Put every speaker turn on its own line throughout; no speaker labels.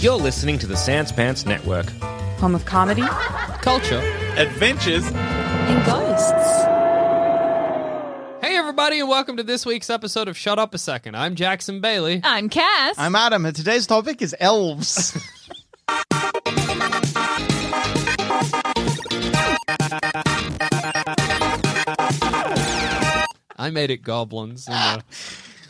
You're listening to the Sans Pants Network.
home of comedy.
culture,
Adventures.
And ghosts.
Hey, everybody, and welcome to this week's episode of Shut Up a Second. I'm Jackson Bailey.
I'm Cass.
I'm Adam, and today's topic is elves.
I made it goblins in the,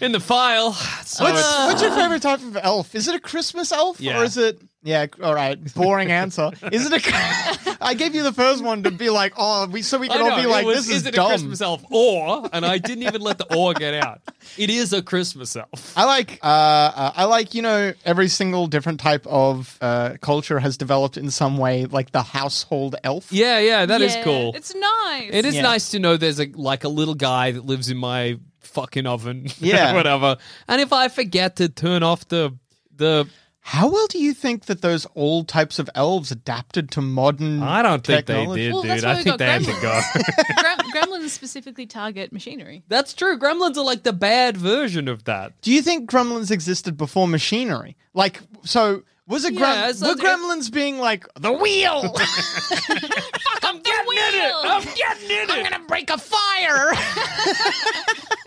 in the file. So
what's,
it's-
what's your favorite type of elf? Is it a Christmas elf,
Yeah.
or is it? Yeah, all right. Boring answer. Is it a? I gave you the first one to be like, oh, we so we
I
can all
know,
be
it
like,
was,
this is,
is it
dumb.
a Christmas elf or? And I didn't even let the or get out. It is a Christmas elf.
I like, uh, uh, I like, you know, every single different type of uh, culture has developed in some way, like the household elf.
Yeah, yeah, that is cool.
It's nice.
It is
Yeah.
nice to know there's a like a little guy that lives in my fucking oven,
Yeah.
whatever. And if I forget to turn off the the,
How well do you think that those old types of elves adapted to modern?
I don't think
technology?
they did,
Well, that's
dude.
why
I
we
think
got
they had to go.
gremlins. Grem- gremlins specifically target machinery.
That's true. Gremlins are like the bad version of that.
Do you think gremlins existed before machinery? Like, so was it
Yeah,
grem-
so
were
it-
gremlins being like the wheel?
I'm getting in it. I'm getting in it. I'm gonna break a fire.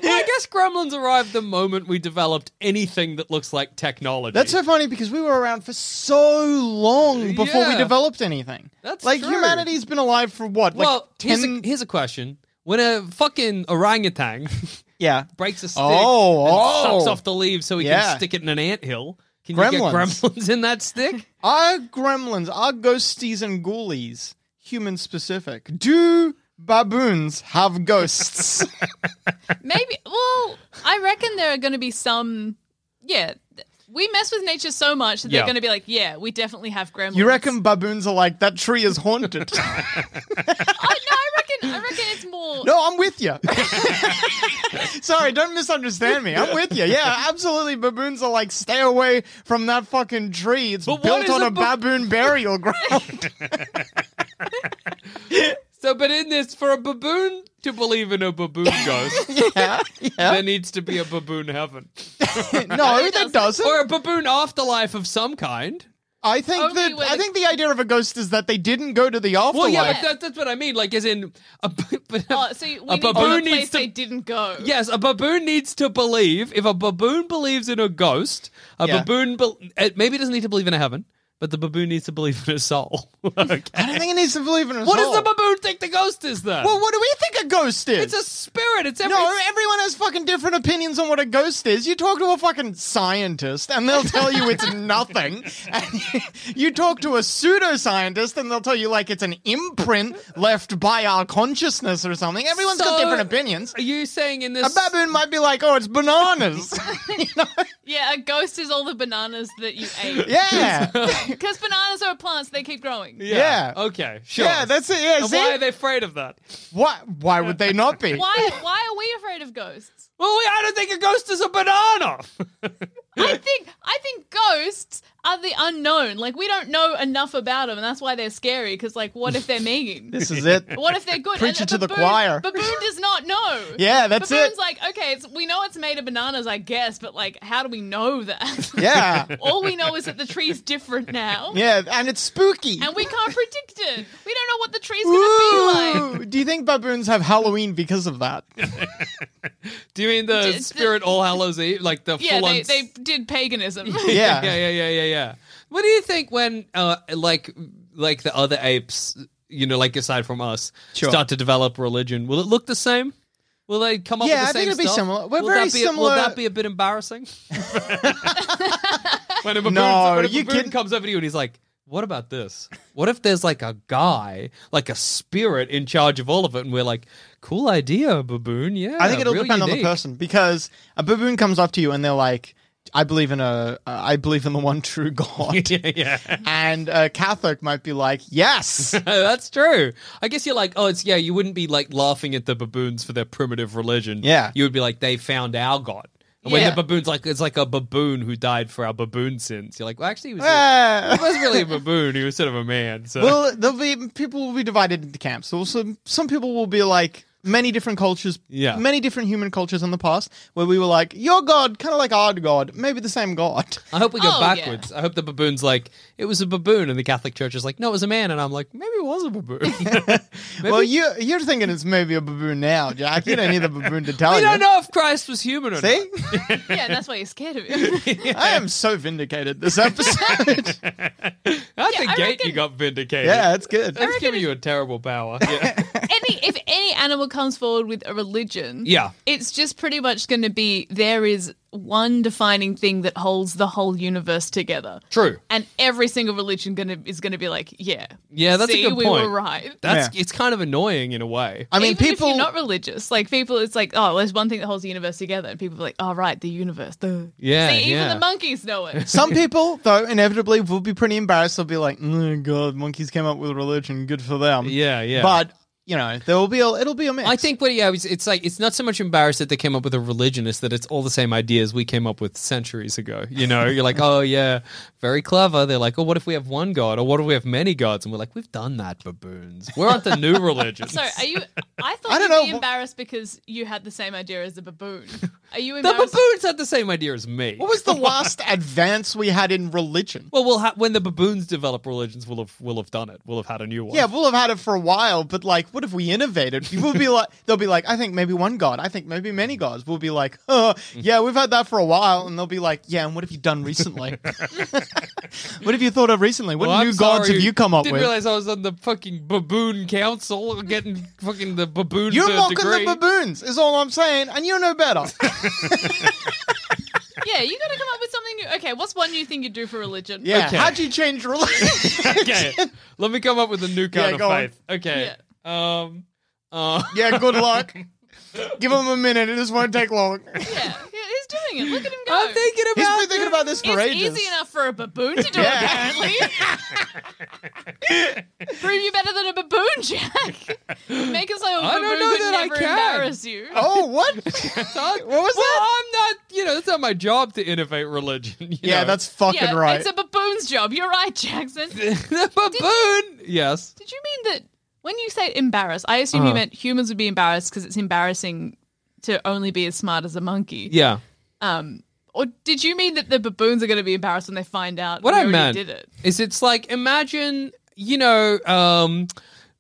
I guess gremlins arrived the moment we developed anything that looks like technology.
That's so funny because we were around for so long before we
Yeah.
developed anything.
That's
like
true.
humanity's been alive for what?
well.
like
here's,
ten-
a, here's a question: When a fucking orangutan
yeah.
breaks a stick
Oh,
and
oh.
sucks off the leaves so he
Yeah.
can stick it in an anthill, can you get
Gremlins.
gremlins in that stick?
Are gremlins, are ghosties and ghoulies human specific? Do baboons have ghosts?
Maybe. Well, I reckon there are going to be some. Yeah. th- We mess with nature so much that they're
Yeah.
going to be like, yeah, we definitely have gremlins.
you reckon baboons are like that tree is haunted?
I, no, I reckon. I reckon it's more.
No, I'm with you. Sorry, don't misunderstand me. I'm with you. Yeah, absolutely. Baboons are like, stay away from that fucking tree. It's
But what
built
is
on a,
a bab-
baboon burial ground.
So, but in this, for a baboon to believe in a baboon ghost,
yeah,
there needs to be a baboon heaven.
No, that doesn't.
or a baboon afterlife of some kind.
I think
Only
that
with
I
a-
think the idea of a ghost is that they didn't go to the afterlife.
Well, yeah, but that, that's what I mean. Like, as in, a, b- b-
Oh, so we
a
need to go to a
baboon
place
needs
they
to.
didn't go.
Yes, a baboon needs to believe. If a baboon believes in a ghost, a
Yeah.
baboon be- it maybe doesn't need to believe in a heaven, but the baboon needs to believe in a soul. okay.
I don't think it needs to believe in a
What
soul.
does the baboon think the ghost is then?
Well, what do we think a ghost is?
it's a spirit. It's every.
no, everyone has fucking different opinions on what a ghost is. You talk to a fucking scientist and they'll tell you it's nothing. And you talk to a pseudoscientist and they'll tell you like it's an imprint left by our consciousness or something. Everyone's got
So-
different opinions.
Are you saying in
A
this?
baboon might be like, oh, it's bananas.
Yeah, a ghost is all the bananas that you ate.
yeah.
Because bananas are plants, they keep growing.
yeah.
Okay. Oh, Sure.
Yeah, that's it. Yeah,
And
see?
why are they afraid of that?
why, why would they not be?
Why? Why are we afraid of ghosts?
Well, we, I don't think a ghost is a banana.
I think I think ghosts are the unknown. Like we don't know enough about them, and that's why they're scary. Because like, what if they're mean?
This is it.
What if they're good?
Preach
And
it to the
baboon-
choir.
Baboon does not know.
Yeah, that's
Baboon's
it.
like, okay, it's, we know it's made of bananas, I guess, but like, how do we know that?
Yeah.
All we know is that the tree's different now,
Yeah, and it's spooky.
and we can't predict it. We don't know what the tree's going to be like.
Ooh, do you think baboons have Halloween because of that?
Do you mean the
D- d-
spirit All Hallows Eve, like the
Yeah,
full on?
they, they did paganism.
Yeah.
yeah, yeah, yeah, yeah, yeah. What do you think when, uh, like, like the other apes, you know, like aside from us,
Sure.
start to develop religion? Will it look the same? Will they come up with
Yeah, I
the
think
same
it'll be
stuff?
similar. We're
will
very
that be,
similar-
Will that be a bit embarrassing? when a baboon,
No,
when a
you
baboon
can-
comes over to you and he's like, what about this? What if there's like a guy, like a spirit in charge of all of it, and we're like, cool idea, baboon. Yeah,
I think it'll
real
depend on the
unique."
person because a baboon comes up to you and they're like, "I believe in a, uh, I believe in the one true God,"
yeah, yeah.
and a Catholic might be like, "Yes."
Uh, That's true. I guess you're like, oh, it's yeah. You wouldn't be like laughing at the baboons for their primitive religion.
Yeah.
you would be like, they found our god. And when
Yeah.
the baboon's like, it's like a baboon who died for our baboon sins. You're like, well, actually, he was,
Eh.
he was really a baboon. He was sort of a man. So
well, there'll be people will be divided into camps. So some some people will be like many different cultures,
Yeah.
many different human cultures in the past where we were like, "Your God," kind of like our God, maybe the same God.
I hope we go
Oh, yeah.
backwards. I hope the baboon's like, it was a baboon, and the Catholic Church is like, no, it was a man. And I'm like, maybe it was a baboon.
Well, you you're thinking it's maybe a baboon now, Jack. You don't need a baboon to tell
we
you.
don't know if Christ was human or
See,
Yeah, that's why you're scared of him.
I am so vindicated this episode.
not. At
Yeah,
the
I
gate,
reckon-
you got vindicated.
yeah, it's good.
That's giving you a terrible power. Yeah.
any if any animal comes forward with a religion,
Yeah.
it's just pretty much going to be there is one defining thing that holds the whole universe together.
True.
And every single religion gonna is going to be like, yeah,
Yeah, that's a
see,
good
we
point.
were right.
That's
Yeah.
it's kind of annoying in a way.
I mean,
Even if
people.
you're not religious, like people, it's like, oh, there's one thing that holds the universe together, and people are like, oh, right, the universe. The
Yeah,
See, even
yeah.
the monkeys know it.
Some people, though, inevitably will be pretty embarrassed. They'll be like, "Oh God, monkeys came up with religion. Good for them."
Yeah, yeah.
But you know, there will be a, it'll be a mix.
I think what yeah, it's, it's like it's not so much embarrassed that they came up with a religion; it's that it's all the same ideas we came up with centuries ago. You know, you're like, oh yeah, very clever. They're like, oh, what if we have one god, or what if we have many gods? And we're like, we've done that, baboons. We're on the new religion.
Sorry, are you? I thought
I
I
don't
you'd
know,
be
wh-
embarrassed because you had the same idea as the baboon. Are you
the
embarrassed?
baboons had the same idea as me.
What was the last advance we had in religion?
well, we'll ha- when the baboons develop religions, we'll have we'll have done it. We'll have had a new one.
Yeah, we'll have had it for a while, but like, what if we innovated? People will be like, they'll be like, I think maybe one god, I think maybe many gods. We'll be like, oh, yeah, we've had that for a while, and they'll be like, yeah, and what have you done recently? what have you thought of recently? What
Well,
new
I'm
gods
sorry.
have you come up
Didn't
with?
realize I was on the fucking baboon council, getting fucking the baboons.
You're
a
mocking
degree.
the baboons, is all I'm saying, and you know better.
yeah, you got to come up with something new. Okay, what's one new thing you do for religion?
Yeah,
Okay.
how'd you change religion?
okay. Let me come up with a new kind
Yeah,
of
go on.
faith. Okay. Um. Uh,
yeah, good luck. Give him a minute; it just won't take long.
yeah, yeah, he's doing it. Look at him go.
I'm thinking
He's
about.
been thinking about this for
it's
ages.
easy enough for a baboon to do,
Yeah.
apparently. Prove you better than a baboon, Jack. Make it so a
I
baboon
don't know
could
that I
never
can.
embarrass you.
Oh, what?
What
was
well,
that?
I'm not. You know, it's not my job to innovate religion. you
yeah,
know.
that's fucking
yeah,
right.
it's a baboon's job. You're right, Jackson. Did
the baboon. Yes.
you mean that when you say embarrass, I assume
Uh-huh.
you meant humans would be embarrassed because it's embarrassing to only be as smart as a monkey.
Yeah.
Um, or did you mean that the baboons are going to be embarrassed when they find out
What
you
I
already
meant
did it?
is it's like imagine you know um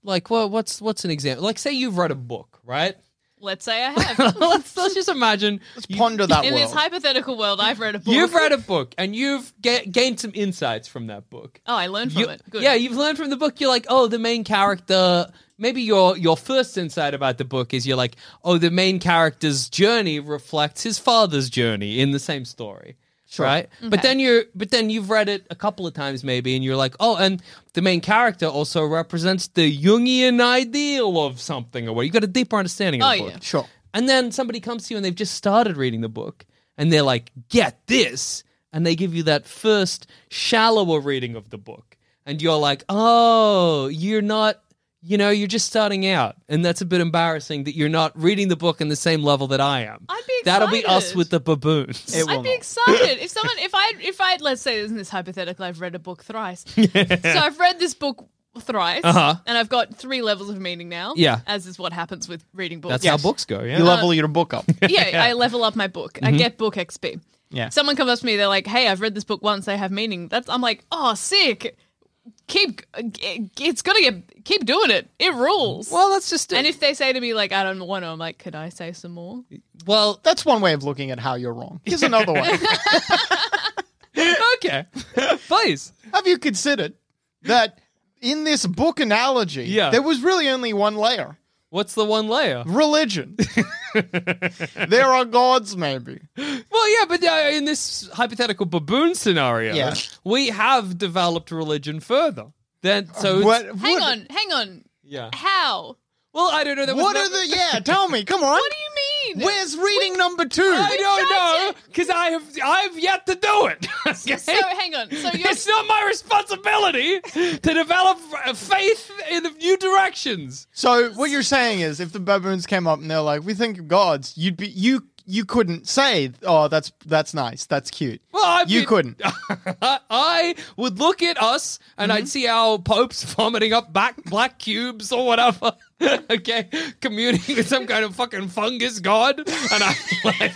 like what what's what's an example like say you've read a book right
Let's say I have.
let's let's just imagine
Ponder that
In this
world.
hypothetical world, I've read a book.
you've read a book and you've ga- gained some insights from that book
Oh, I learned from
You-
it. Good.
Yeah, you've learned from the book. You're like, oh, the main character. Maybe your your first insight about the book is you're like, oh, the main character's journey reflects his father's journey in the same story. Right, but then you but then you've read it a couple of times maybe, and you're like, oh, and the main character also represents the Jungian ideal of something, or what you got a deeper understanding of
Oh,
the book.
yeah.
Sure.
And then somebody comes to you and they've just started reading the book and they're like, get this. And they give you that first shallower reading of the book. And you're like, oh, you're not, you know, you're just starting out. And that's a bit embarrassing that you're not reading the book in the same level that I am.
I'd be
That'll be us
excited.
with the baboons.
It will
I'd be
not.
excited if someone, if I, if I, let's say, isn't this hypothetical? I've read a book thrice, so I've read this book thrice,
Uh-huh.
and I've got three levels of meaning now.
Yeah.
as is what happens with reading books.
that's how books go. Yeah.
You level your book up.
yeah, I level up my book.
Mm-hmm.
I get book XP.
Yeah.
Someone comes up to me, they're like, "Hey, I've read this book once. They have meaning." That's I'm like, "Oh, sick! Keep, it's gonna get, keep doing it. It rules."
well, that's just it.
and if they say to me like, "I don't want to," I'm like, "Could I say some more?"
well,
That's one way of looking at how you're wrong. Here's another way.
okay. Please.
Have you considered that in this book analogy,
Yeah.
there was really only one layer?
What's the one layer?
Religion. there are gods, maybe.
Well, yeah, but uh, in this hypothetical baboon scenario,
Yeah.
we have developed religion further. Then, so it's-
What?
Hang
what-
on, hang on.
yeah.
How?
Well, I don't know. That was
What
not-
are the? Yeah, tell me. Come on.
What do you mean?
Where's reading number two?
I don't
tried
know because I have I've yet to do it.
So
Okay?
hang on. So you're
it's not my responsibility to develop uh, faith in the new directions.
So what you're saying is, if the baboons came up and they're like, "We think of gods," you'd be you you couldn't say, "Oh, that's that's nice, that's cute."
Well, I
you
mean-
couldn't.
I, I would look at us and
Mm-hmm.
I'd see our popes vomiting up back black cubes or whatever. okay, communing with some kind of fucking fungus god, and I'm like.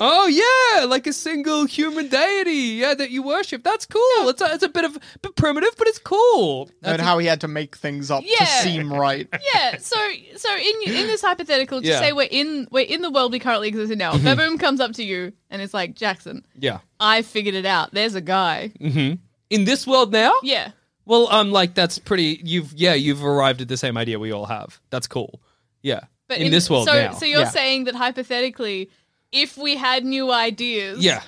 Oh yeah, like a single human deity, yeah, that you worship. That's cool. It's a, it's a bit of bit primitive, but it's cool.
and how he had to make things up to
Yeah.
seem right.
yeah. So so in in this hypothetical, just
Yeah. Mm-hmm.
say we're in we're in the world we currently exist in now. Baboon comes up to you and it's like Jackson.
Yeah.
I figured it out. There's a guy.
Mm. In this world now?
Yeah.
Well, um, like that's pretty. You've yeah, you've arrived at the same idea we all have. That's cool. Yeah. in, this world
so,
now.
So you're
Yeah.
saying that hypothetically, if we had new ideas,
yeah.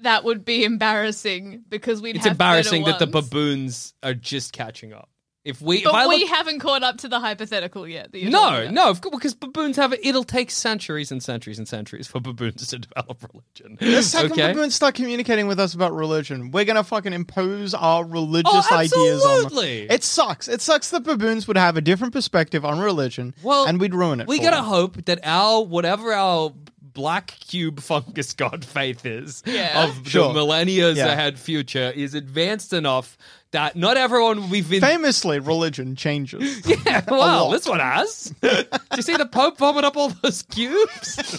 that would be embarrassing because we'd
It's
have better
embarrassing that the
ones.
baboons are just catching up. If we, if I
But we
look,
haven't caught up to the hypothetical yet. that you're talking
no,
about.
no, of course, because baboons have it. It'll take centuries and centuries and centuries for baboons to develop religion.
The second
okay?
baboons start communicating with us about religion, we're gonna fucking impose our religious
Oh,
ideas on them.
absolutely.
It sucks. It sucks that baboons would have a different perspective on religion,
Well,
and we'd ruin it.
We
for
gotta
them.
hope that our whatever our black cube fungus god faith is
Yeah.
of
Sure.
the millennia's
Yeah.
ahead future is advanced enough that not everyone will be vin-
Famously, religion changes.
Yeah, well,
lot.
this one has. Do you see the Pope vomit up all those cubes?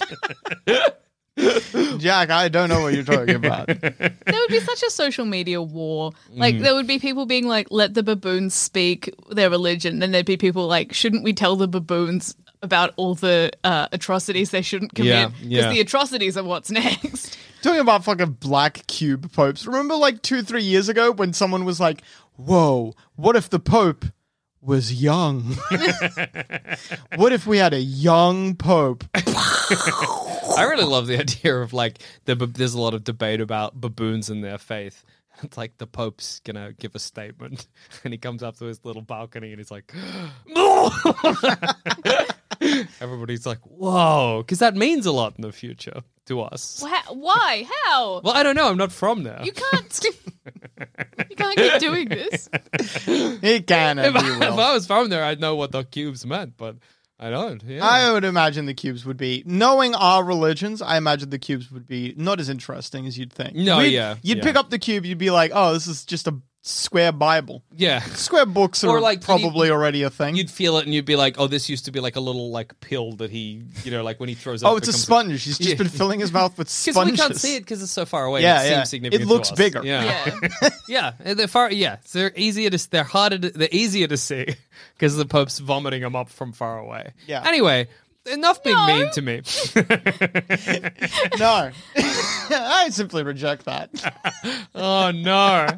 Jack, I don't know what you're talking about.
there would be such a social media war.
Mm.
Like there would be people being like, "Let the baboons speak their religion." Then there'd be people like, "Shouldn't we tell the baboons about all the uh, atrocities they shouldn't
Yeah,
commit? Because
yeah.
the atrocities are what's next."
Talking about fucking black cube popes. Remember, like two, three years ago, when someone was like, "Whoa, what if the pope was young? what if we had a young pope?"
I really love the idea of like the, bab- there's a lot of debate about baboons and their faith. It's like the Pope's gonna give a statement, and he comes up to his little balcony and he's like, everybody's like, "Whoa," because that means a lot in the future to us.
Wha- Why? How?
Well, I don't know. I'm not from there.
You can't. you can't keep doing this.
It can and
if,
we
I, if I
will.
was from there, I'd know what the cubes meant, but I don't. Yeah.
I uh, would imagine the cubes would be knowing our religions. I imagine the cubes would be not as interesting as you'd think.
No,
We'd-
yeah,
You'd
yeah.
pick up the cube. You'd be like, "Oh, this is just a square Bible.
yeah.
Square books are
Or, like,
probably
you-
already a thing."
You'd feel it, and you'd be like, "Oh, this used to be like a little like pill that he, you know, like when he throws up."
Oh, it's a
becomes
sponge. He's just
Yeah.
been filling his mouth with
Because
sponges.
we can't see it because it's so far away.
Yeah,
it
yeah.
seems significant.
It
to
looks
us.
bigger.
Yeah,
Yeah.
yeah. They're far. Yeah, so they're easier to. They're harder. To, they're easier to see because the Pope's vomiting them up from far away.
Yeah.
Anyway, enough being
No.
mean to me.
No. I simply reject that.
oh no.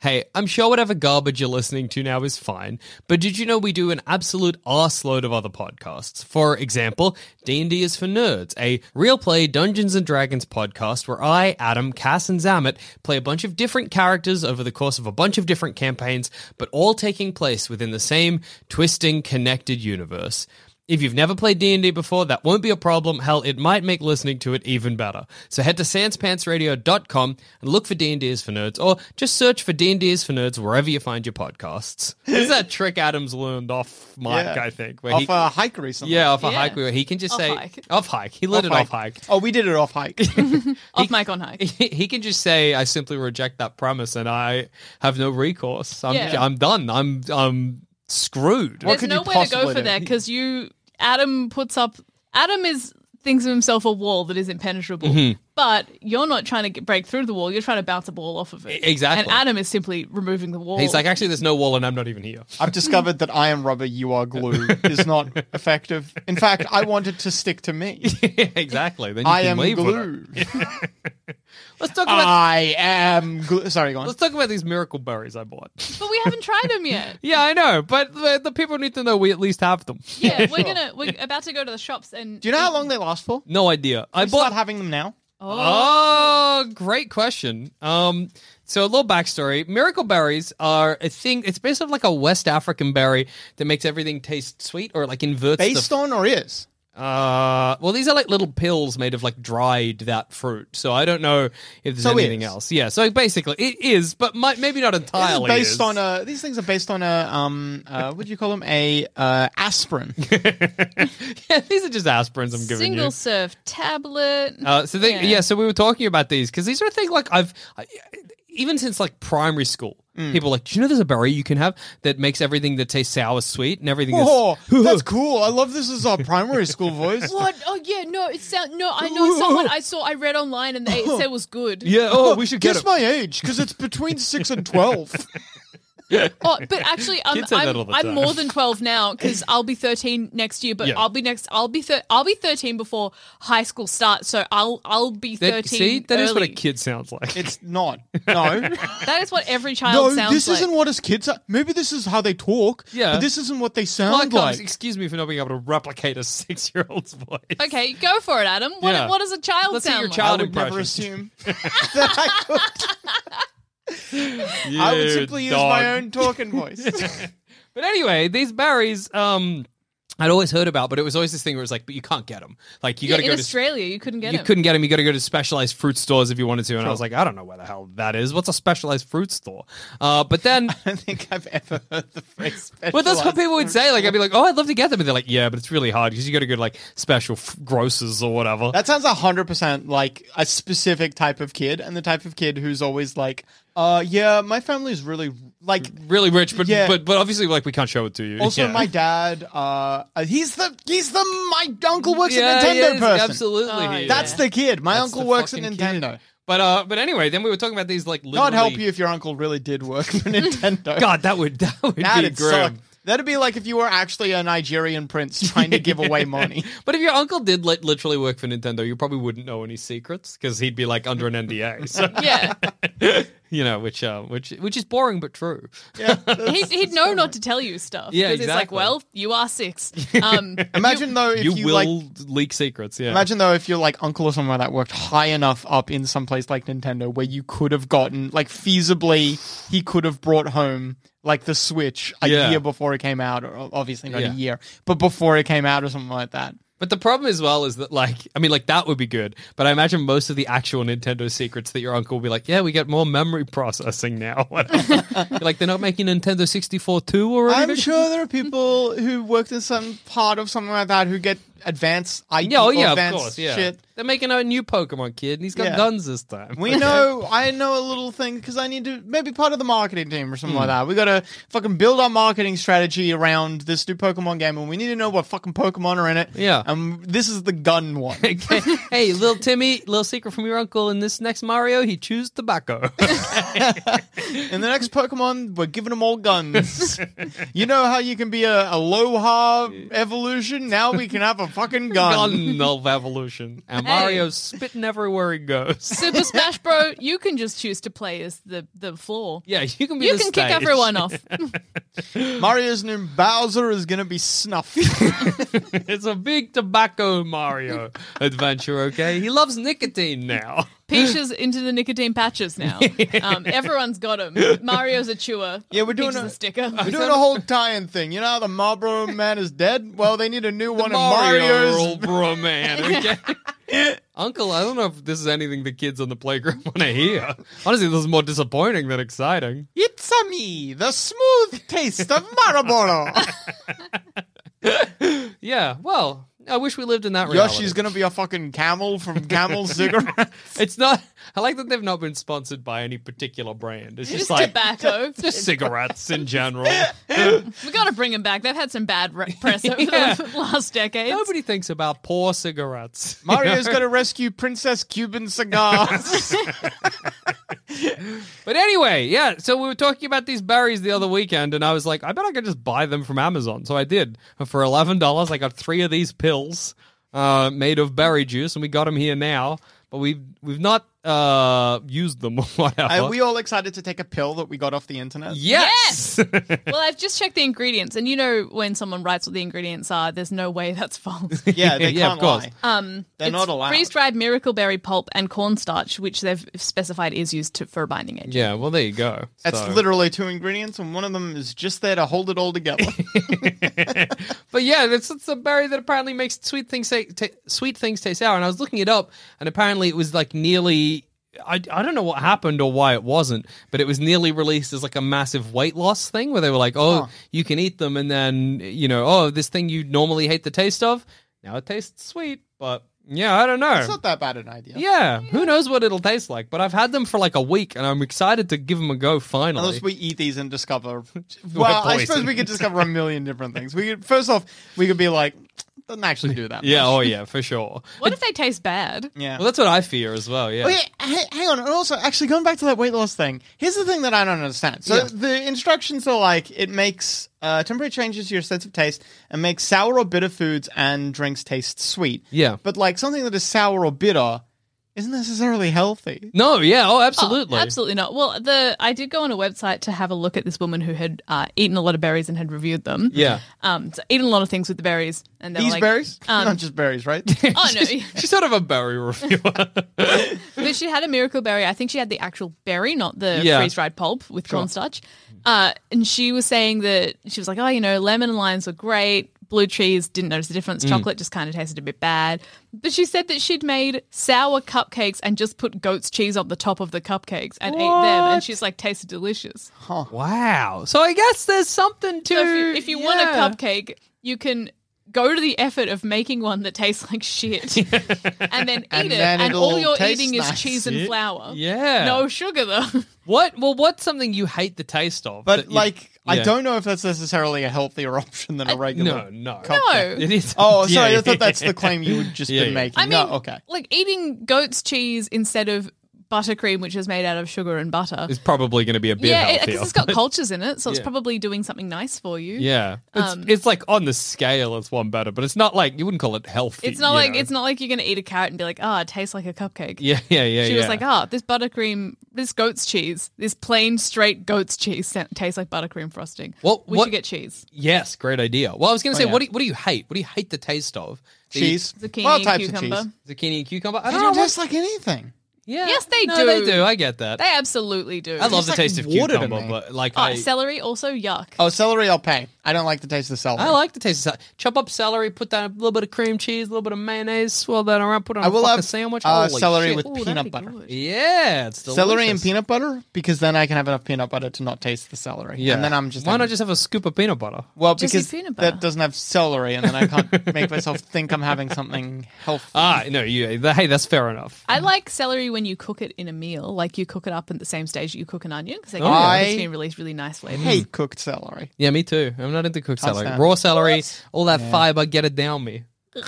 Hey, I'm sure whatever garbage you're listening to now is fine, but did you know we do an absolute arseload of other podcasts? For example, D&D is for Nerds, a real play Dungeons & Dragons podcast where I, Adam, Cass and Zamet play a bunch of different characters over the course of a bunch of different campaigns, but all taking place within the same twisting, connected universe. If you've never played D&D before, that won't be a problem. Hell, it might make listening to it even better. So head to sanspantsradio.com and look for D&D is for Nerds or just search for D&D is for Nerds wherever you find your podcasts. This is that trick Adams learned off mic,
Yeah.
I think. where
off
he-
a hike recently.
yeah, off a
Yeah.
hike. Where he can just
Off
say
hike.
off hike. He let it off hike.
Oh, we did it off hike.
Off mic on hike.
He he can just say, "I simply reject that premise, and I have no recourse. I'm,
Yeah.
I'm done. I'm, I'm screwed."
There's
could you
nowhere to go
possibly
for
do?
that because you Adam puts up Adam is thinks of himself a wall that is impenetrable.
Mm-hmm.
But you're not trying to get, break through the wall. You're trying to bounce a ball off of it.
E- exactly.
And Adam is simply removing the wall.
He's like, "Actually, there's no wall, and I'm not even here."
I've discovered that I am rubber, you are glue is not effective. In fact, I want it to stick to me.
exactly. Then you
I
can
am
leave with it.
glue.
Let's talk about
I am glue. Sorry, go on.
let's talk about these miracle berries I bought.
but we haven't tried him yet.
yeah, I know, but the, the people need to know we at least have them.
Yeah, we're gonna we're about to go to the shops and
Do you know how long they last for?
No idea. I
Start
bought
having them now.
Oh, great question. Um, so a little backstory: miracle berries are a thing. It's based off like a West African berry that makes everything taste sweet, or like inverts.
Based
the,
on or is?
uh, well, these are like little pills made of like dried that fruit. So I don't know if there's
So
anything
is.
else. Yeah. So basically, it is, but might, maybe not
This is
entirely.
based
is.
on a. These things are based on a. Um. Uh, what do you call them? A uh, aspirin.
yeah, these are just aspirins I'm giving
single
you.
serve tablet.
Uh, so they, yeah.
Yeah.
so we were talking about these because these are things like I've I, even since like primary school,
Mm.
people are like, do you know there's a berry you can have that makes everything that tastes sour sweet and everything. is-"
Oh, that's cool. I love this is our primary school voice.
what? Oh yeah, no, it sound no. I know someone I saw. I read online and they it said it was good.
yeah. Oh, we should get
Guess
it.
my age, because it's between six and twelve.
Oh, but actually, um,
Kids say that all
I'm,
the
I'm
time.
more than twelve now because I'll be thirteen next year. But
Yeah.
I'll be next. I'll be thir- I'll be thirteen before high school starts. So I'll I'll be
That-
thirteen.
see, that is what a
early.
kid sounds like.
It's not. No.
That is what every
No,
child sounds
this
like.
isn't what us kids are. Maybe this is how they talk.
Yeah.
But this isn't what they
Well, I
sound
can't-
like.
excuse me for not being able to replicate a six-year-old's voice.
okay, go for it, Adam. What,
Yeah.
what does a child
Let's see
sound
your
like?
child-
I would
impression.
never assume that I could. I would
You
simply use
dog.
my own talking voice.
But anyway, these berries, um, I'd always heard about, but it was always this thing where it was like, but you can't get them. Like you
Yeah,
got to
in
go to
Australia, you couldn't get
you
him.
couldn't get them. You got to go to specialized fruit stores if you wanted to. And I was like, I don't know where the hell that is. What's a specialized fruit store? Uh, but then,
I don't think I've ever heard the phrase.
well, that's what
specialised.
people would say. Like, I'd be like, oh, I'd love to get them. And they're like, yeah, but it's really hard because you got to go to like special f- grocers or whatever.
That sounds hundred percent like a specific type of kid, and the type of kid who's always like, "Uh, yeah, my family's really like."
really rich, but,
Yeah.
but but obviously, like, we can't show it to you.
Also,
Yeah.
my dad, uh, uh, he's the he's the my uncle works
Yeah,
at
yeah,
Nintendo
it's
person.
Absolutely.
Oh,
he is.
That's the kid. My
That's
uncle
the
works at
fucking
Nintendo.
kid. But uh, but anyway, then we were talking about these like literally.
God help you if your uncle really did work for Nintendo.
God, that would that would be
that'd
grim.
suck. That'd be like if you were actually a Nigerian prince trying to give away money.
But if your uncle did li- literally work for Nintendo, you probably wouldn't know any secrets because he'd be like under an NDA. So,
Yeah,
you know, which uh, which which is boring but true.
he'd, he'd know not to tell you stuff.
Yeah,
'cause it's like,
exactly.
well, you are six. Um,
Imagine though if
you,
you,
will
like
leak secrets. Yeah.
Imagine though if your like uncle or someone like that worked high enough up in some place like Nintendo where you could have gotten like feasibly he could have brought home like the Switch a
Yeah.
year before it came out, or obviously not
Yeah.
a year, but before it came out or something like that.
But the problem as well is that, like, I mean, like that would be good. But I imagine most of the actual Nintendo secrets that your uncle will be like, yeah, we get more memory processing now. Whatever. You're like they're not making Nintendo 64 two already.
I'm sure there are people who worked in some part of something like that who get advanced IT
Yeah, oh
or
yeah, of
advanced
course. Yeah,
shit.
they're making a new Pokemon kid, and he's got
Yeah.
guns this time.
We know, I know a little thing because I need to maybe part of the marketing team or something like
Hmm.
that. We got to fucking build our marketing strategy around this new Pokemon game, and we need to know what fucking Pokemon are in it.
Yeah.
and this is the gun one.
Okay. hey, little Timmy, little secret from your uncle. In this next Mario, he chews tobacco.
and the next Pokemon, we're giving them all guns. you know how you can be a Aloha evolution? Now we can have a fucking gun.
Gun of evolution. And Mario's spitting everywhere he goes.
Super Smash Bro, you can just choose to play as the the floor.
Yeah, you can be.
You
the
can
stage.
kick everyone off.
Mario's new Bowser is gonna be snuffed.
It's a big tobacco Mario adventure. Okay, he loves nicotine now.
Peaches into the nicotine patches now. Um, everyone's got them. Mario's a chewer.
Yeah, we're doing
Peach is
a-
a sticker.
We're doing a whole tie-in thing. You know how the Marlboro Man is dead? Well, they need a new one.
Mario
Mario's
bro, man. okay? Uncle, I don't know if this is anything the kids on the playground want to hear. Honestly, this is more disappointing than exciting.
It's a me, the smooth taste of Marlboro.
Yeah, well, I wish we lived in that reality.
Yoshi's gonna be a fucking camel from Camel Cigarette.
It's not. I like that they've not been sponsored by any particular brand. It's just,
Just
like
tobacco.
just cigarettes in general.
we got to bring them back. They've had some bad re- press over
Yeah.
the last decade.
Nobody thinks about poor cigarettes.
Mario's gonna rescue Princess Cuban cigars.
But anyway, yeah, so we were talking about these berries the other weekend, and I was like, I bet I could just buy them from Amazon. So I did. And for $11, I got three of these pills uh, made of berry juice, and we got them here now. But we've, we've not uh, used them or whatever.
Are we all excited to take a pill that we got off the internet?
yes!
Well, I've just checked the ingredients, and you know when someone writes what the ingredients are, there's no way that's false.
Yeah, they
Yeah, of
can't
course.
lie.
Um,
They're
it's
not allowed.
Freeze dried miracle berry pulp and cornstarch, which they've specified is used to, for a binding agent.
yeah, well, there you go.
That's
So-
literally two ingredients, and one of them is just there to hold it all together.
But yeah, it's, it's a berry that apparently makes sweet things say, ta sweet things taste sour. And I was looking it up, and apparently it was like nearly. I, I don't know what happened or why it wasn't, but it was nearly released as like a massive weight loss thing where they were like, oh, you can eat them, and then you know, oh, this thing you normally hate the taste of, now it tastes sweet. But yeah, I don't know.
it's not that bad an idea.
yeah, who knows what it'll taste like? But I've had them for like a week, and I'm excited to give them a go finally.
Unless we eat these and discover. Well, I suppose we could discover a million different things. We could first off, we could be like, doesn't actually do that.
yeah,
much."
oh yeah, for sure.
What if they taste bad?
yeah.
Well, that's what I fear as well. Yeah.
Oh, yeah, h- hang on. And also, actually, going back to that weight loss thing, here's the thing that I don't understand. So the instructions are like it makes uh, temporary changes to your sense of taste and makes sour or bitter foods and drinks taste sweet.
Yeah.
but like something that is sour or bitter isn't necessarily healthy.
No, yeah, oh, absolutely.
Absolutely not. Well, the I did go on a website to have a look at this woman who had uh, eaten a lot of berries and had reviewed them.
Yeah.
um, so eaten a lot of things with the berries, and they were
These
like,
berries,
um,
not just berries, right?
Oh no!
She's sort of a berry reviewer.
But she had a miracle berry. I think she had the actual berry, not the
Yeah.
freeze dried pulp with cornstarch. Uh, and she was saying that she was like, oh, you know, lemon and limes were great. Blue cheese didn't notice the difference.
Mm.
Chocolate just kind of tasted a bit bad. But she said that she'd made sour cupcakes and just put goat's cheese on the top of the cupcakes and ate them. And she's like, tasted delicious.
wow. So I guess there's something to.
So if you, if you want
yeah.
a cupcake, you can go to the effort of making one that tastes like shit and then eat
And
it.
then
and all
it'll
you're
taste
eating
nice.
is cheese and flour.
Yeah.
No sugar, though.
What? Well, what's something you hate the taste of?
but
that you-
like, I
Yeah.
don't know if that's necessarily a healthier option than a
No,
regular.
no,
No.
It is.
Oh,
yeah,
sorry.
yeah,
I thought that's the claim you would just
Yeah,
been
yeah.
making.
I mean,
no, okay.
like eating goat's cheese instead of buttercream, which is made out of sugar and butter.
It's probably going to be a bit
yeah,
healthier.
because it's got cultures in it, so it's
Yeah.
probably doing something nice for you.
yeah, it's,
um,
it's like on the scale, it's one better, but it's not like you wouldn't call it healthy.
It's not
you
like
know?
it's not like you're gonna eat a carrot and be like, ah, it tastes like a cupcake.
Yeah, yeah, yeah.
She
yeah.
was like, ah, this buttercream, this goat's cheese, this plain straight goat's cheese sa- tastes like buttercream frosting.
Well,
we
what-
should get cheese.
yes, great idea. Well, I was going to say,
Oh, yeah.
what do you, what do you hate? What do you hate the taste of? The
Cheese,
Zucchini,
all types
cucumber.
of cheese.
zucchini, and cucumber. I
They
don't know.
don't
What,
taste like anything.
yeah,
Yes, they
no,
do.
They do. I get that.
They absolutely do.
I love
Tastes
the
like
taste of
water to
cucumber,
me.
but like
Oh,
I,
celery. Also, yuck.
Oh, celery, I'll pay. I don't like the taste of celery.
I like the taste of celery. Chop up celery, put down a little bit of cream cheese, a little bit of mayonnaise, swirl that around, put it on
I
a
will
fucking
have,
sandwich.
uh,
Holy
celery
shit.
with
Ooh, that'd
peanut
be
butter.
good.
yeah, it's delicious.
Celery and peanut butter because then I can have enough peanut butter to not taste the celery.
Yeah,
and then I'm just
why
having-
not just have a scoop of peanut butter?
well
Just eat
because
peanut butter.
that doesn't have celery, and then I can't make myself think I'm having something healthy.
Ah, no, you. th- Hey, that's fair enough.
I like celery when you cook it in a meal, like you cook it up at the same stage that you cook an onion, because they
Oh, yeah.
can
I-
between release really nice flavor.
I hate cooked celery.
Yeah, me too. I'm not into cooked
How's
celery.
that?
Raw celery, all that fiber, get it down me.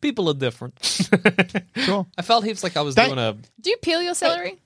People are different.
Sure,
I felt heaps like I was
That-
doing a
Do you peel your celery?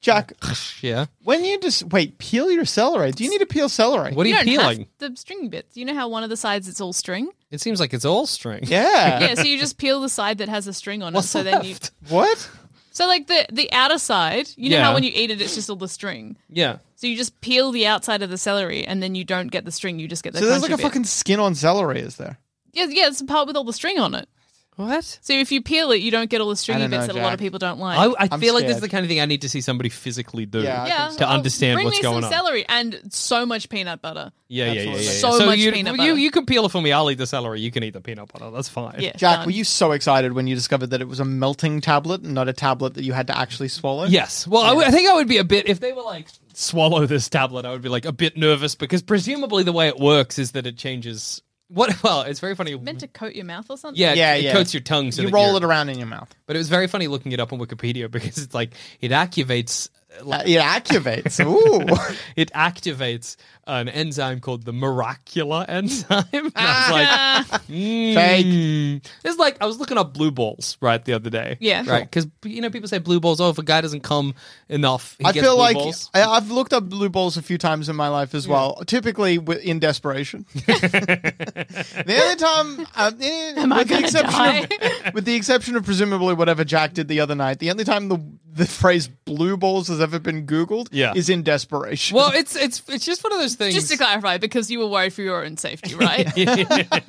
Jack.
yeah.
When you just wait, peel your celery. Do you need to peel celery?
What are you,
don't have
peeling?
the string bits. You know how one of the sides it's all string.
It seems like it's all string.
Yeah.
Yeah, so you just peel the side that has a string on it.
What's
So
left?
then you,
What?
so like the the outer side, you know
Yeah.
how when you eat it, it's just all the string.
Yeah.
So you just peel the outside of the celery, and then you don't get the string. You just get the.
So there's like a
crunchy bit.
fucking skin on celery, is there?
yeah, yeah. It's the part with all the string on it.
What?
So if you peel it, you don't get all the stringy
don't
bits
know,
that a lot
Jack.
of people don't like.
I, I feel like this is
I'm scared.
the kind of thing I need to see somebody physically do
Yeah, I
yeah,
to
Oh,
understand
bring
what's
me
going
some
on.
celery and so much peanut butter.
Yeah, yeah, yeah, yeah, yeah.
So much
you,
peanut
You,
butter.
you can peel it for me. I'll eat the celery. You can eat the peanut butter. That's fine.
Yeah,
Jack,
done.
were you so excited when you discovered that it was a melting tablet and not a tablet that you had to actually swallow?
Yes. Well, I would- I think I would be a bit if they were like swallow this tablet. I would be like a bit nervous because presumably the way it works is that it changes. What? Well, it's very funny.
meant to coat your mouth or something?
Yeah,
Yeah,
it,
yeah.
it coats your tongue. So
you
that
roll
you're-
it around in your mouth.
But it was very funny looking it up on Wikipedia because it's like it activates.
Uh, it activates. Ooh.
It activates an enzyme called the Miracula enzyme. And
Ah.
I was like,
Fake.
mm. it's like I was looking up blue balls right the other day.
Yeah.
right. Because you know people say blue balls. Oh, if a guy doesn't come enough, he
I
gets
feel
blue
like
balls.
I, I've looked up blue balls a few times in my life as well, typically wi- in desperation. the only time, uh, eh,
Am I
with, the
gonna
exception of, with the exception of presumably whatever Jack did the other night, the only time the, the phrase blue balls has ever been Googled
Yeah.
is in desperation.
Well, it's it's it's just one of those things.
Just to clarify, because you were worried for your own safety, right?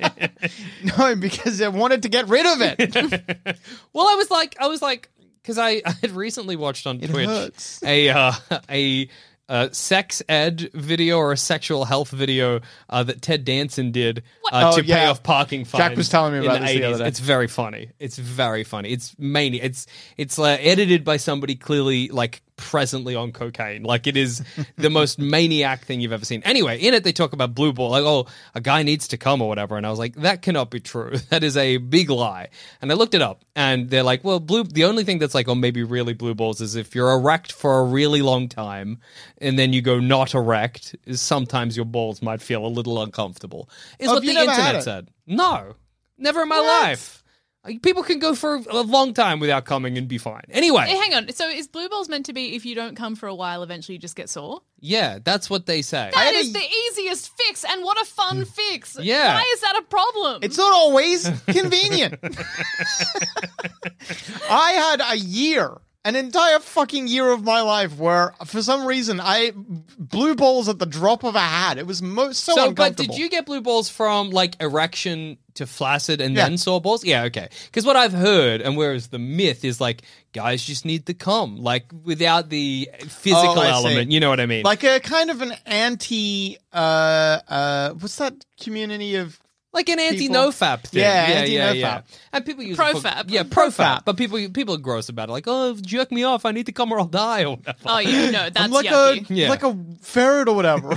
no, because they wanted to get rid of it.
Well, I was like, I was like, because I, I had recently watched on Twitch
hurts.
a uh, a uh, sex ed video or a sexual health video uh, that Ted Danson did uh,
Oh,
to pay
yeah.
off parking fines.
was telling me
in
about this the other day.
It's very funny. It's very funny. It's mainly it's it's uh, edited by somebody clearly like presently on cocaine. Like it is the most maniac thing you've ever seen. Anyway, in it they talk about blue ball, like oh a guy needs to come or whatever, and I was like that cannot be true. That is a big lie. And I looked it up, and they're like, well, blue. The only thing that's like oh maybe really blue balls is if you're erect for a really long time, and then you go not erect, is sometimes your balls might feel a little uncomfortable. Is
Oh,
what
have you
the
never had
internet
it?
said. No, never in my life. Like, People can go for a long time without coming and be fine. Anyway,
Hey, hang on. So is blue balls meant to be if you don't come for a while, eventually you just get sore?
yeah, that's what they say.
That
had
is
a-
the easiest fix, and what a fun fix.
Mm. Yeah.
Why is that a problem?
It's not always convenient. I had a year, an entire fucking year of my life where, for some reason, I blew balls at the drop of a hat. It was mo- so,
so, but
uncomfortable.
did you get blue balls from like erection to flaccid and
Yeah.
then sore balls? Yeah, okay. Because what I've heard, and whereas the myth is like guys just need to come, like without the physical
Oh, I see.
element. You know what I mean?
like a kind of an anti? Uh, uh, what's that community of?
like an anti nofap thing.
Yeah,
yeah,
anti-nofap.
yeah. And people use it for-
Profap.
yeah, profap. But people people are gross about it. Like, oh, jerk me off. I need to come or I'll die or whatever.
oh, yeah, no, that's
I'm like
yucky.
a
Yeah.
like a ferret or whatever.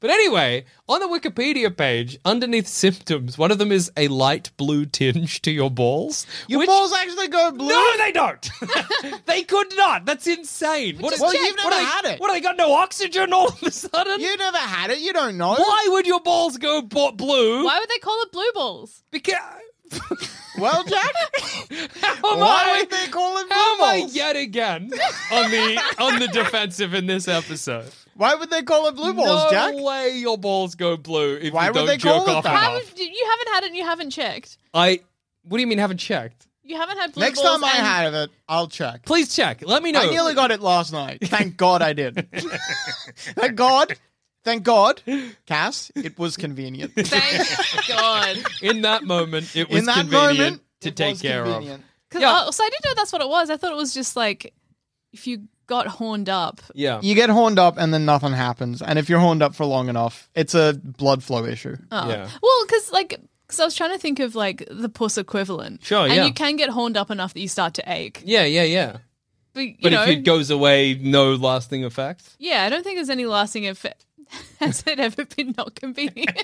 But anyway, on the Wikipedia page, underneath symptoms, one of them is a light blue tinge to your balls.
Your
which-
balls actually go blue.
No, they don't. they could not. That's insane. What,
just Well, checked. you've
what
never
are they-
had it.
What, they got no oxygen all of a sudden?
you never had it. You don't know.
Why would your balls go bo- blue?
Why would they call it blue balls?
Because,
Well, Jack,
how am
why
I-
would they call it blue
How am I
balls?
yet again on the on the defensive in this episode?
Why would they call it blue
no
balls, Jack?
way your balls go blue if
Why
you
would
don't
they
jerk
call it
off
that?
How
enough.
would- you haven't had it and you haven't checked.
I. What do you mean haven't checked?
You haven't had blue
Next
balls.
time I
and-
have it, I'll check.
Please check. Let me know.
I nearly got it last night. Thank God I did. thank God. Thank God. Cass, it was convenient.
Thank God.
In that moment, it was
In that
convenient
moment,
to
it
take
was
care
convenient.
of.
'Cause-
Yeah.
oh, so I didn't know that's what it was. I thought it was just like if you got horned up.
Yeah.
You get horned up and then nothing happens. And if you're horned up for long enough, it's a blood flow issue.
Oh.
Yeah.
Well, because like. Because I was trying to think of like the puss equivalent.
Sure,
And
yeah.
you can get horned up enough that you start to ache.
Yeah, yeah, yeah.
But, you
But
know,
if it goes away, no lasting effect.
Yeah, I don't think there's any lasting effect. Has it ever been not convenient?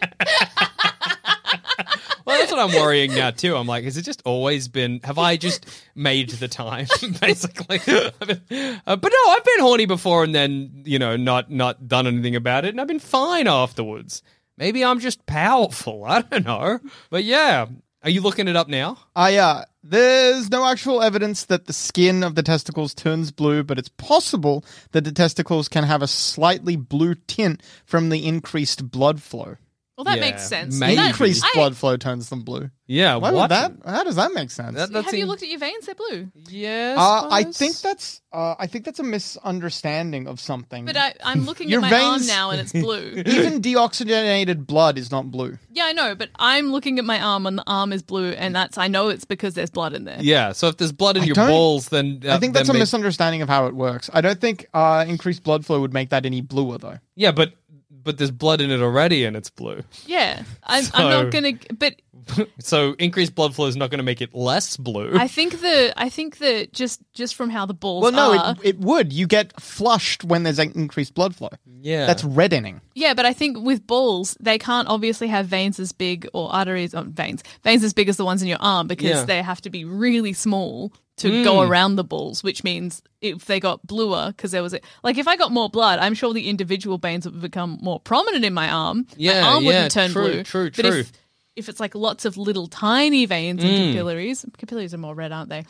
Well, that's what I'm worrying now too. I'm like, has it just always been? Have I just made the time, basically? I've been- uh, but no, I've been horny before, and then you know, not not done anything about it, and I've been fine afterwards. Maybe I'm just powerful. I don't know. But yeah, are you looking it up now?
I, uh, there's no actual evidence that the skin of the testicles turns blue, but it's possible that the testicles can have a slightly blue tint from the increased blood flow.
Well, that
Yeah,
makes sense.
maybe.
That-
Increased
I-
blood flow turns them blue.
Yeah,
Why
what?
would that? How does that make sense?
That-
Have
that
you
seem-
looked at your veins? They're blue.
Yes,
Uh, I think
suppose.
that's uh, I think that's a misunderstanding of something.
But I, I'm looking
Your
at my arm
veins-
now and it's blue.
Even deoxygenated blood is not blue.
yeah, I know, but I'm looking at my arm and the arm is blue, and that's I know it's because there's blood in there.
Yeah, so if there's blood in
I
your
don't-
balls, then uh,
I think that's a
then they-
misunderstanding of how it works. I don't think uh, increased blood flow would make that any bluer though.
Yeah, but but there's blood in it already, and it's blue.
Yeah, I'm,
So-
I'm not gonna. But
So increased blood flow is not going to make it less blue.
I think the I think that just just from how the balls
Well, no,
are.
it, it would. You get flushed when there's an increased blood flow.
yeah,
That's reddening.
yeah, but I think with balls they can't obviously have veins as big or arteries or veins veins as big as the ones in your arm because
Yeah. Mm.
they have to be really small to go around the balls, which means if they got bluer because there was a, like if I got more blood, I'm sure the individual veins would become more prominent in my arm.
Yeah,
my arm
yeah,
wouldn't turn
true,
blue.
true,
but
true. Mm.
If, if it's like lots of little tiny veins and capillaries, capillaries are more red, aren't they?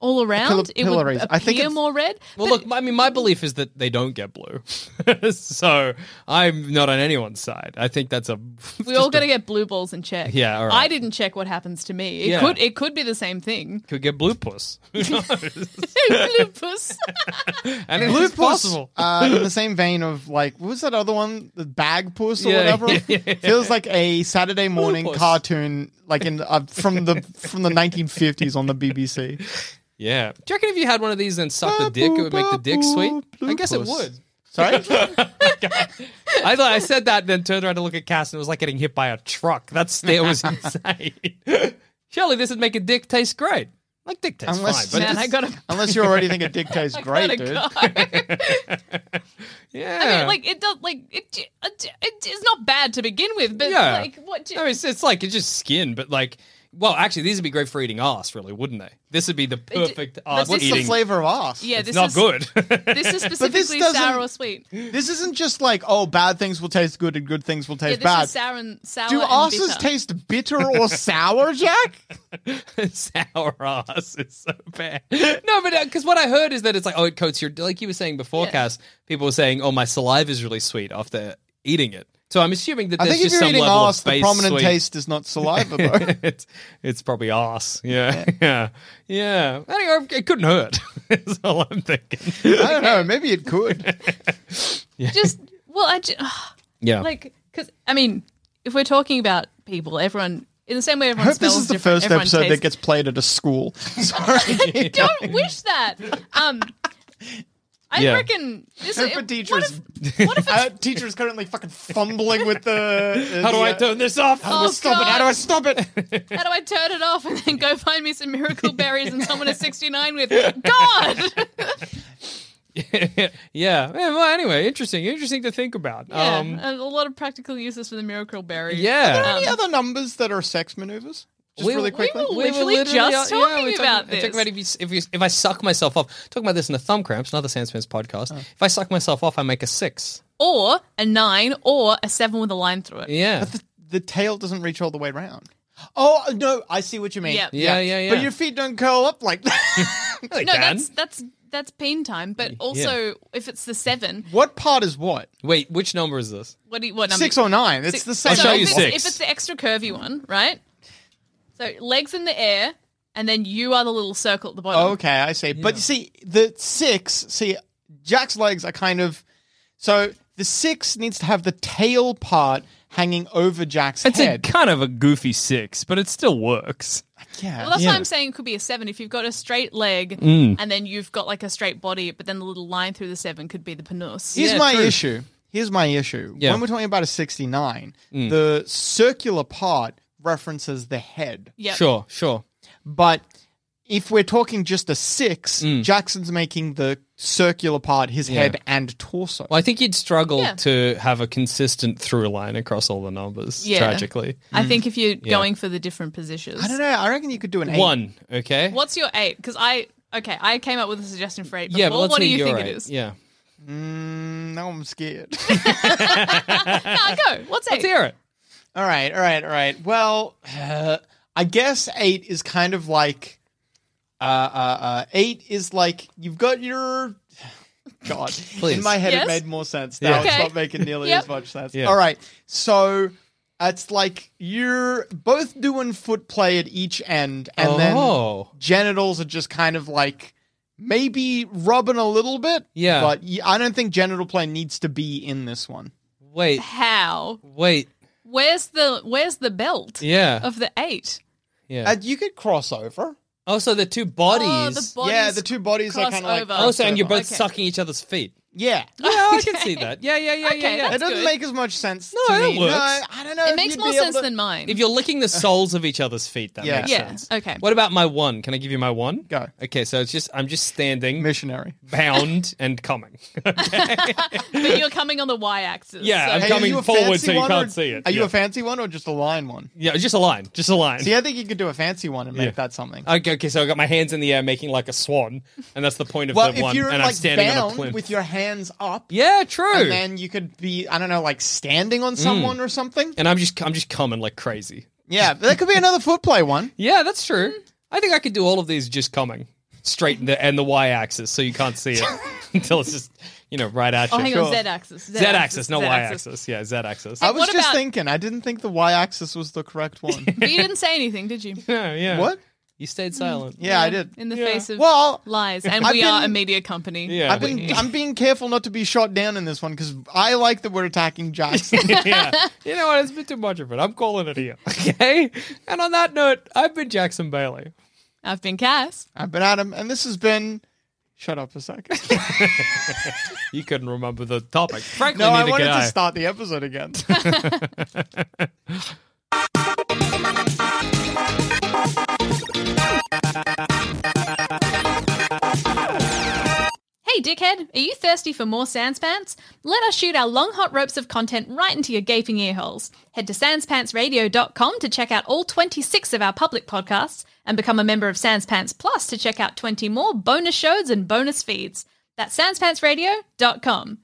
All around, it would
capillaries.
appear
I think it's-
more red.
Well, look, I mean, my belief is that they don't get blue, so I'm not on anyone's side. I think that's a
We all got to get blue balls and check.
Yeah, all right.
I didn't check what happens to me. It
Yeah.
could it could be the same thing.
could get blue puss.
blue puss.
and it
Blue
is possible.
Uh, in the same vein of like, what was that other one? The bag puss or
Yeah,
whatever.
yeah, yeah, yeah.
Feels like a Saturday morning
puss.
cartoon, like in uh, from the from the 1950s on the BBC.
Yeah. Do you reckon if you had one of these and sucked the dick, it would make the dick sweet? I guess it
Blue puss.
would.
Sorry,
I thought I said that, and then turned around to look at Cass, and it was like getting hit by a truck. That stare was insane. Surely this would make a dick taste great. Like dick tastes
Unless-
fine, but
Man,
it's-
I got a
unless you already think it dictates great,
great
dude.
yeah,
I mean, like it does. Like it, it, it is not bad to begin with, but
Yeah.
like what?
No, it's, it's like it's just skin, but like, well, actually, these would be great for eating ass, really, wouldn't they? This would be the
d-
perfect
but
ass
this
What's
is
eating.
the flavor of ass?
yeah,
It's
this
not
is
good.
This is
this
specifically
doesn't-
sour or sweet. Yeah,
This isn't just like oh, bad things will taste good and good things will
this
taste
is
bad.
sour and sour.
Do
and
asses
bitter.
taste bitter or sour, Jack?
Sour ass is so bad. No, but because what I heard is that it's like, oh, it coats your like you were saying before,
Yeah.
Cass. People were saying, oh, my saliva is really sweet after eating it. So I'm assuming that
I
there's
think if
just
you're
some
eating
level
ass,
of
the
base
prominent
sweet.
taste is not saliva, though.
it's it's probably ass. Yeah, yeah, yeah. Anyway, it couldn't hurt. That's all I'm thinking.
I don't know. Maybe it could.
Just well, I just,
Yeah,
like because I mean, if we're talking about people, everyone in the same way
I
everyone
hope
smells
this is the
different,
first
everyone
episode
tastes
that gets played at a school. Sorry.
don't wish that. Um, I
Yeah.
reckon this
Hope a
what
teacher is-
if- what if it's-
Our Uh, teacher is currently fucking fumbling with the. uh,
how do I turn this off?
How do I
Oh,
stop it? How do I stop it?
how do I turn it off and then go find me some miracle berries and someone is 69 with God?
yeah. Yeah, Well, anyway, interesting. Interesting to think about.
Yeah,
Um,
a lot of practical uses for the miracle berry.
yeah.
Any other numbers that are sex maneuvers? Just
We- we
really quickly.
were literally just
yeah,
talking
we were
about
we were
this.
Talking about if, you, if, you, if I suck myself off. Talking about this in the thumb cramps, another Sandspins podcast.
Oh.
If I suck myself off, I make a six.
Or a nine or a seven with a line through it.
Yeah.
But the, the tail doesn't reach all the way round. Oh no, I see what you mean.
Yep.
Yeah, yeah, yeah.
But your feet don't curl up like that.
They
No,
can.
that's that's that's pain time. But also, if it's the seven,
what part is what?
Wait, which number is this?
what do you, what number?
Six or nine? It's
Six-
the same.
so
show
if
you
it's,
six.
If it's the extra curvy one, right? So legs in the air, and then you are the little circle at the bottom.
Okay, I see. But you see, the six, see, Jack's legs are kind of. So the six needs to have the tail part hanging over Jack's head.
kind of a goofy six, but it still works.
yeah.
Well, that's
Yeah. Mm.
why I'm saying it could be a seven. If you've got a straight leg and then you've got like a straight body, but then the little line through the seven could be the penus.
Here's
Yeah,
my
true.
issue. Here's my issue.
Yeah. Mm.
When we're talking about a 69, the circular part references the head.
Yep.
Sure, sure.
But if we're talking just a six,
Mm.
Jackson's making the circular part his head and torso.
Well, I think you'd struggle
Yeah.
to have a consistent through line across all the numbers,
Yeah.
tragically.
I think if you're going for the different positions.
I don't know. I reckon you could do an eight.
One, okay?
What's your eight? Because I, okay, I came up with a suggestion for eight.
Yeah,
before.
but let's
what do
hear
you
your
think
eight.
it is?
Yeah.
Mm, now I'm scared.
Ah, go. What's eight?
Let's hear it.
All right, all right, all right. Well, uh, I guess eight is kind of like uh, uh, uh, eight is like you've got your God.
Please.
In my head,
Yes?
it made more sense. Now
Yeah.
it's
Okay.
not making nearly
Yep.
as much sense.
Yeah.
All right, so It's like you're both doing foot play at each end, and
Oh.
then genitals are just kind of like maybe rubbing a little bit.
Yeah.
But y- I don't think genital play needs to be in this one.
Wait,
How?
wait.
Where's the Where's the belt?
Yeah.
Of the eight.
Yeah.
Uh, you could cross over.
oh, so the two bodies.
Oh, the bodies.
yeah, the two bodies are
cross
kind of like.
over.
oh, so and you're both
Okay.
sucking each other's feet.
Yeah.
Yeah, I can see that. Yeah, yeah, yeah, yeah,
Okay,
yeah.
that's-
it doesn't
good.
make as much sense.
No,
to
it
me.
works.
No, I, I don't know.
It
if
makes
you'd
more
be able
sense
to-
than mine.
If you're licking the soles of each other's feet, that
Yeah.
makes
yeah.
sense.
Okay.
What about my one? Can I give you my one?
Go.
Okay, so it's just I'm just standing,
missionary.
bound, and coming.
But you're coming on the y-axis.
Yeah, I'm
so-
Hey,
coming
are you a
forward
fancy
so you
one
can't
or-
see it.
Are you
Yeah.
a fancy one or just a line one?
yeah, just a line, just a line.
See, I think you could do a fancy one and make
Yeah.
that something.
Okay, okay, so I got my hands in the air making like a swan, and that's the point of
well,
the
if
one,
you're
and
like
I'm standing
bound
on a plinth.
with your hands up,
yeah, true.
and then you could be, I don't know, like standing
Mm.
on someone or something.
And I'm just I'm just coming like crazy.
Yeah, but that could be another foot play one.
Yeah, that's true.
Mm-hmm.
I think I could do all of these just coming straight in the, and the y axis, so you can't see it until it's just you know right at you.
Oh, hang on,
Sure.
z-axis.
Z axis, not y
Z-axis.
axis. Yeah, Z axis.
I was
what
just
about-
thinking, I didn't think the y axis was the correct one.
But you didn't say anything, did you?
yeah, yeah.
what? Mm-hmm.
You stayed silent.
Yeah, I did.
In the face of
Well,
lies, and
I've
we are a
been-
media company.
Yeah.
I've been, I'm being careful not to be shot down in this one because I like that we're attacking Jackson.
yeah. You know what? It's been too much of it. I'm calling it here. Okay. And on that note, I've been Jackson Bailey.
I've been cast.
I've been Adam, and this has been. Shut up a second.
You couldn't remember the topic. Frankly,
no, I
neither
wanted
could
to
I.
start the episode again.
Hey, dickhead, are you thirsty for more Sanspants? Let us shoot our long hot ropes of content right into your gaping ear holes. Head to sanspantsradio.com to check out all 26 of our public podcasts and become a member of Sanspants Plus to check out 20 more bonus shows and bonus feeds. That's sanspantsradio.com.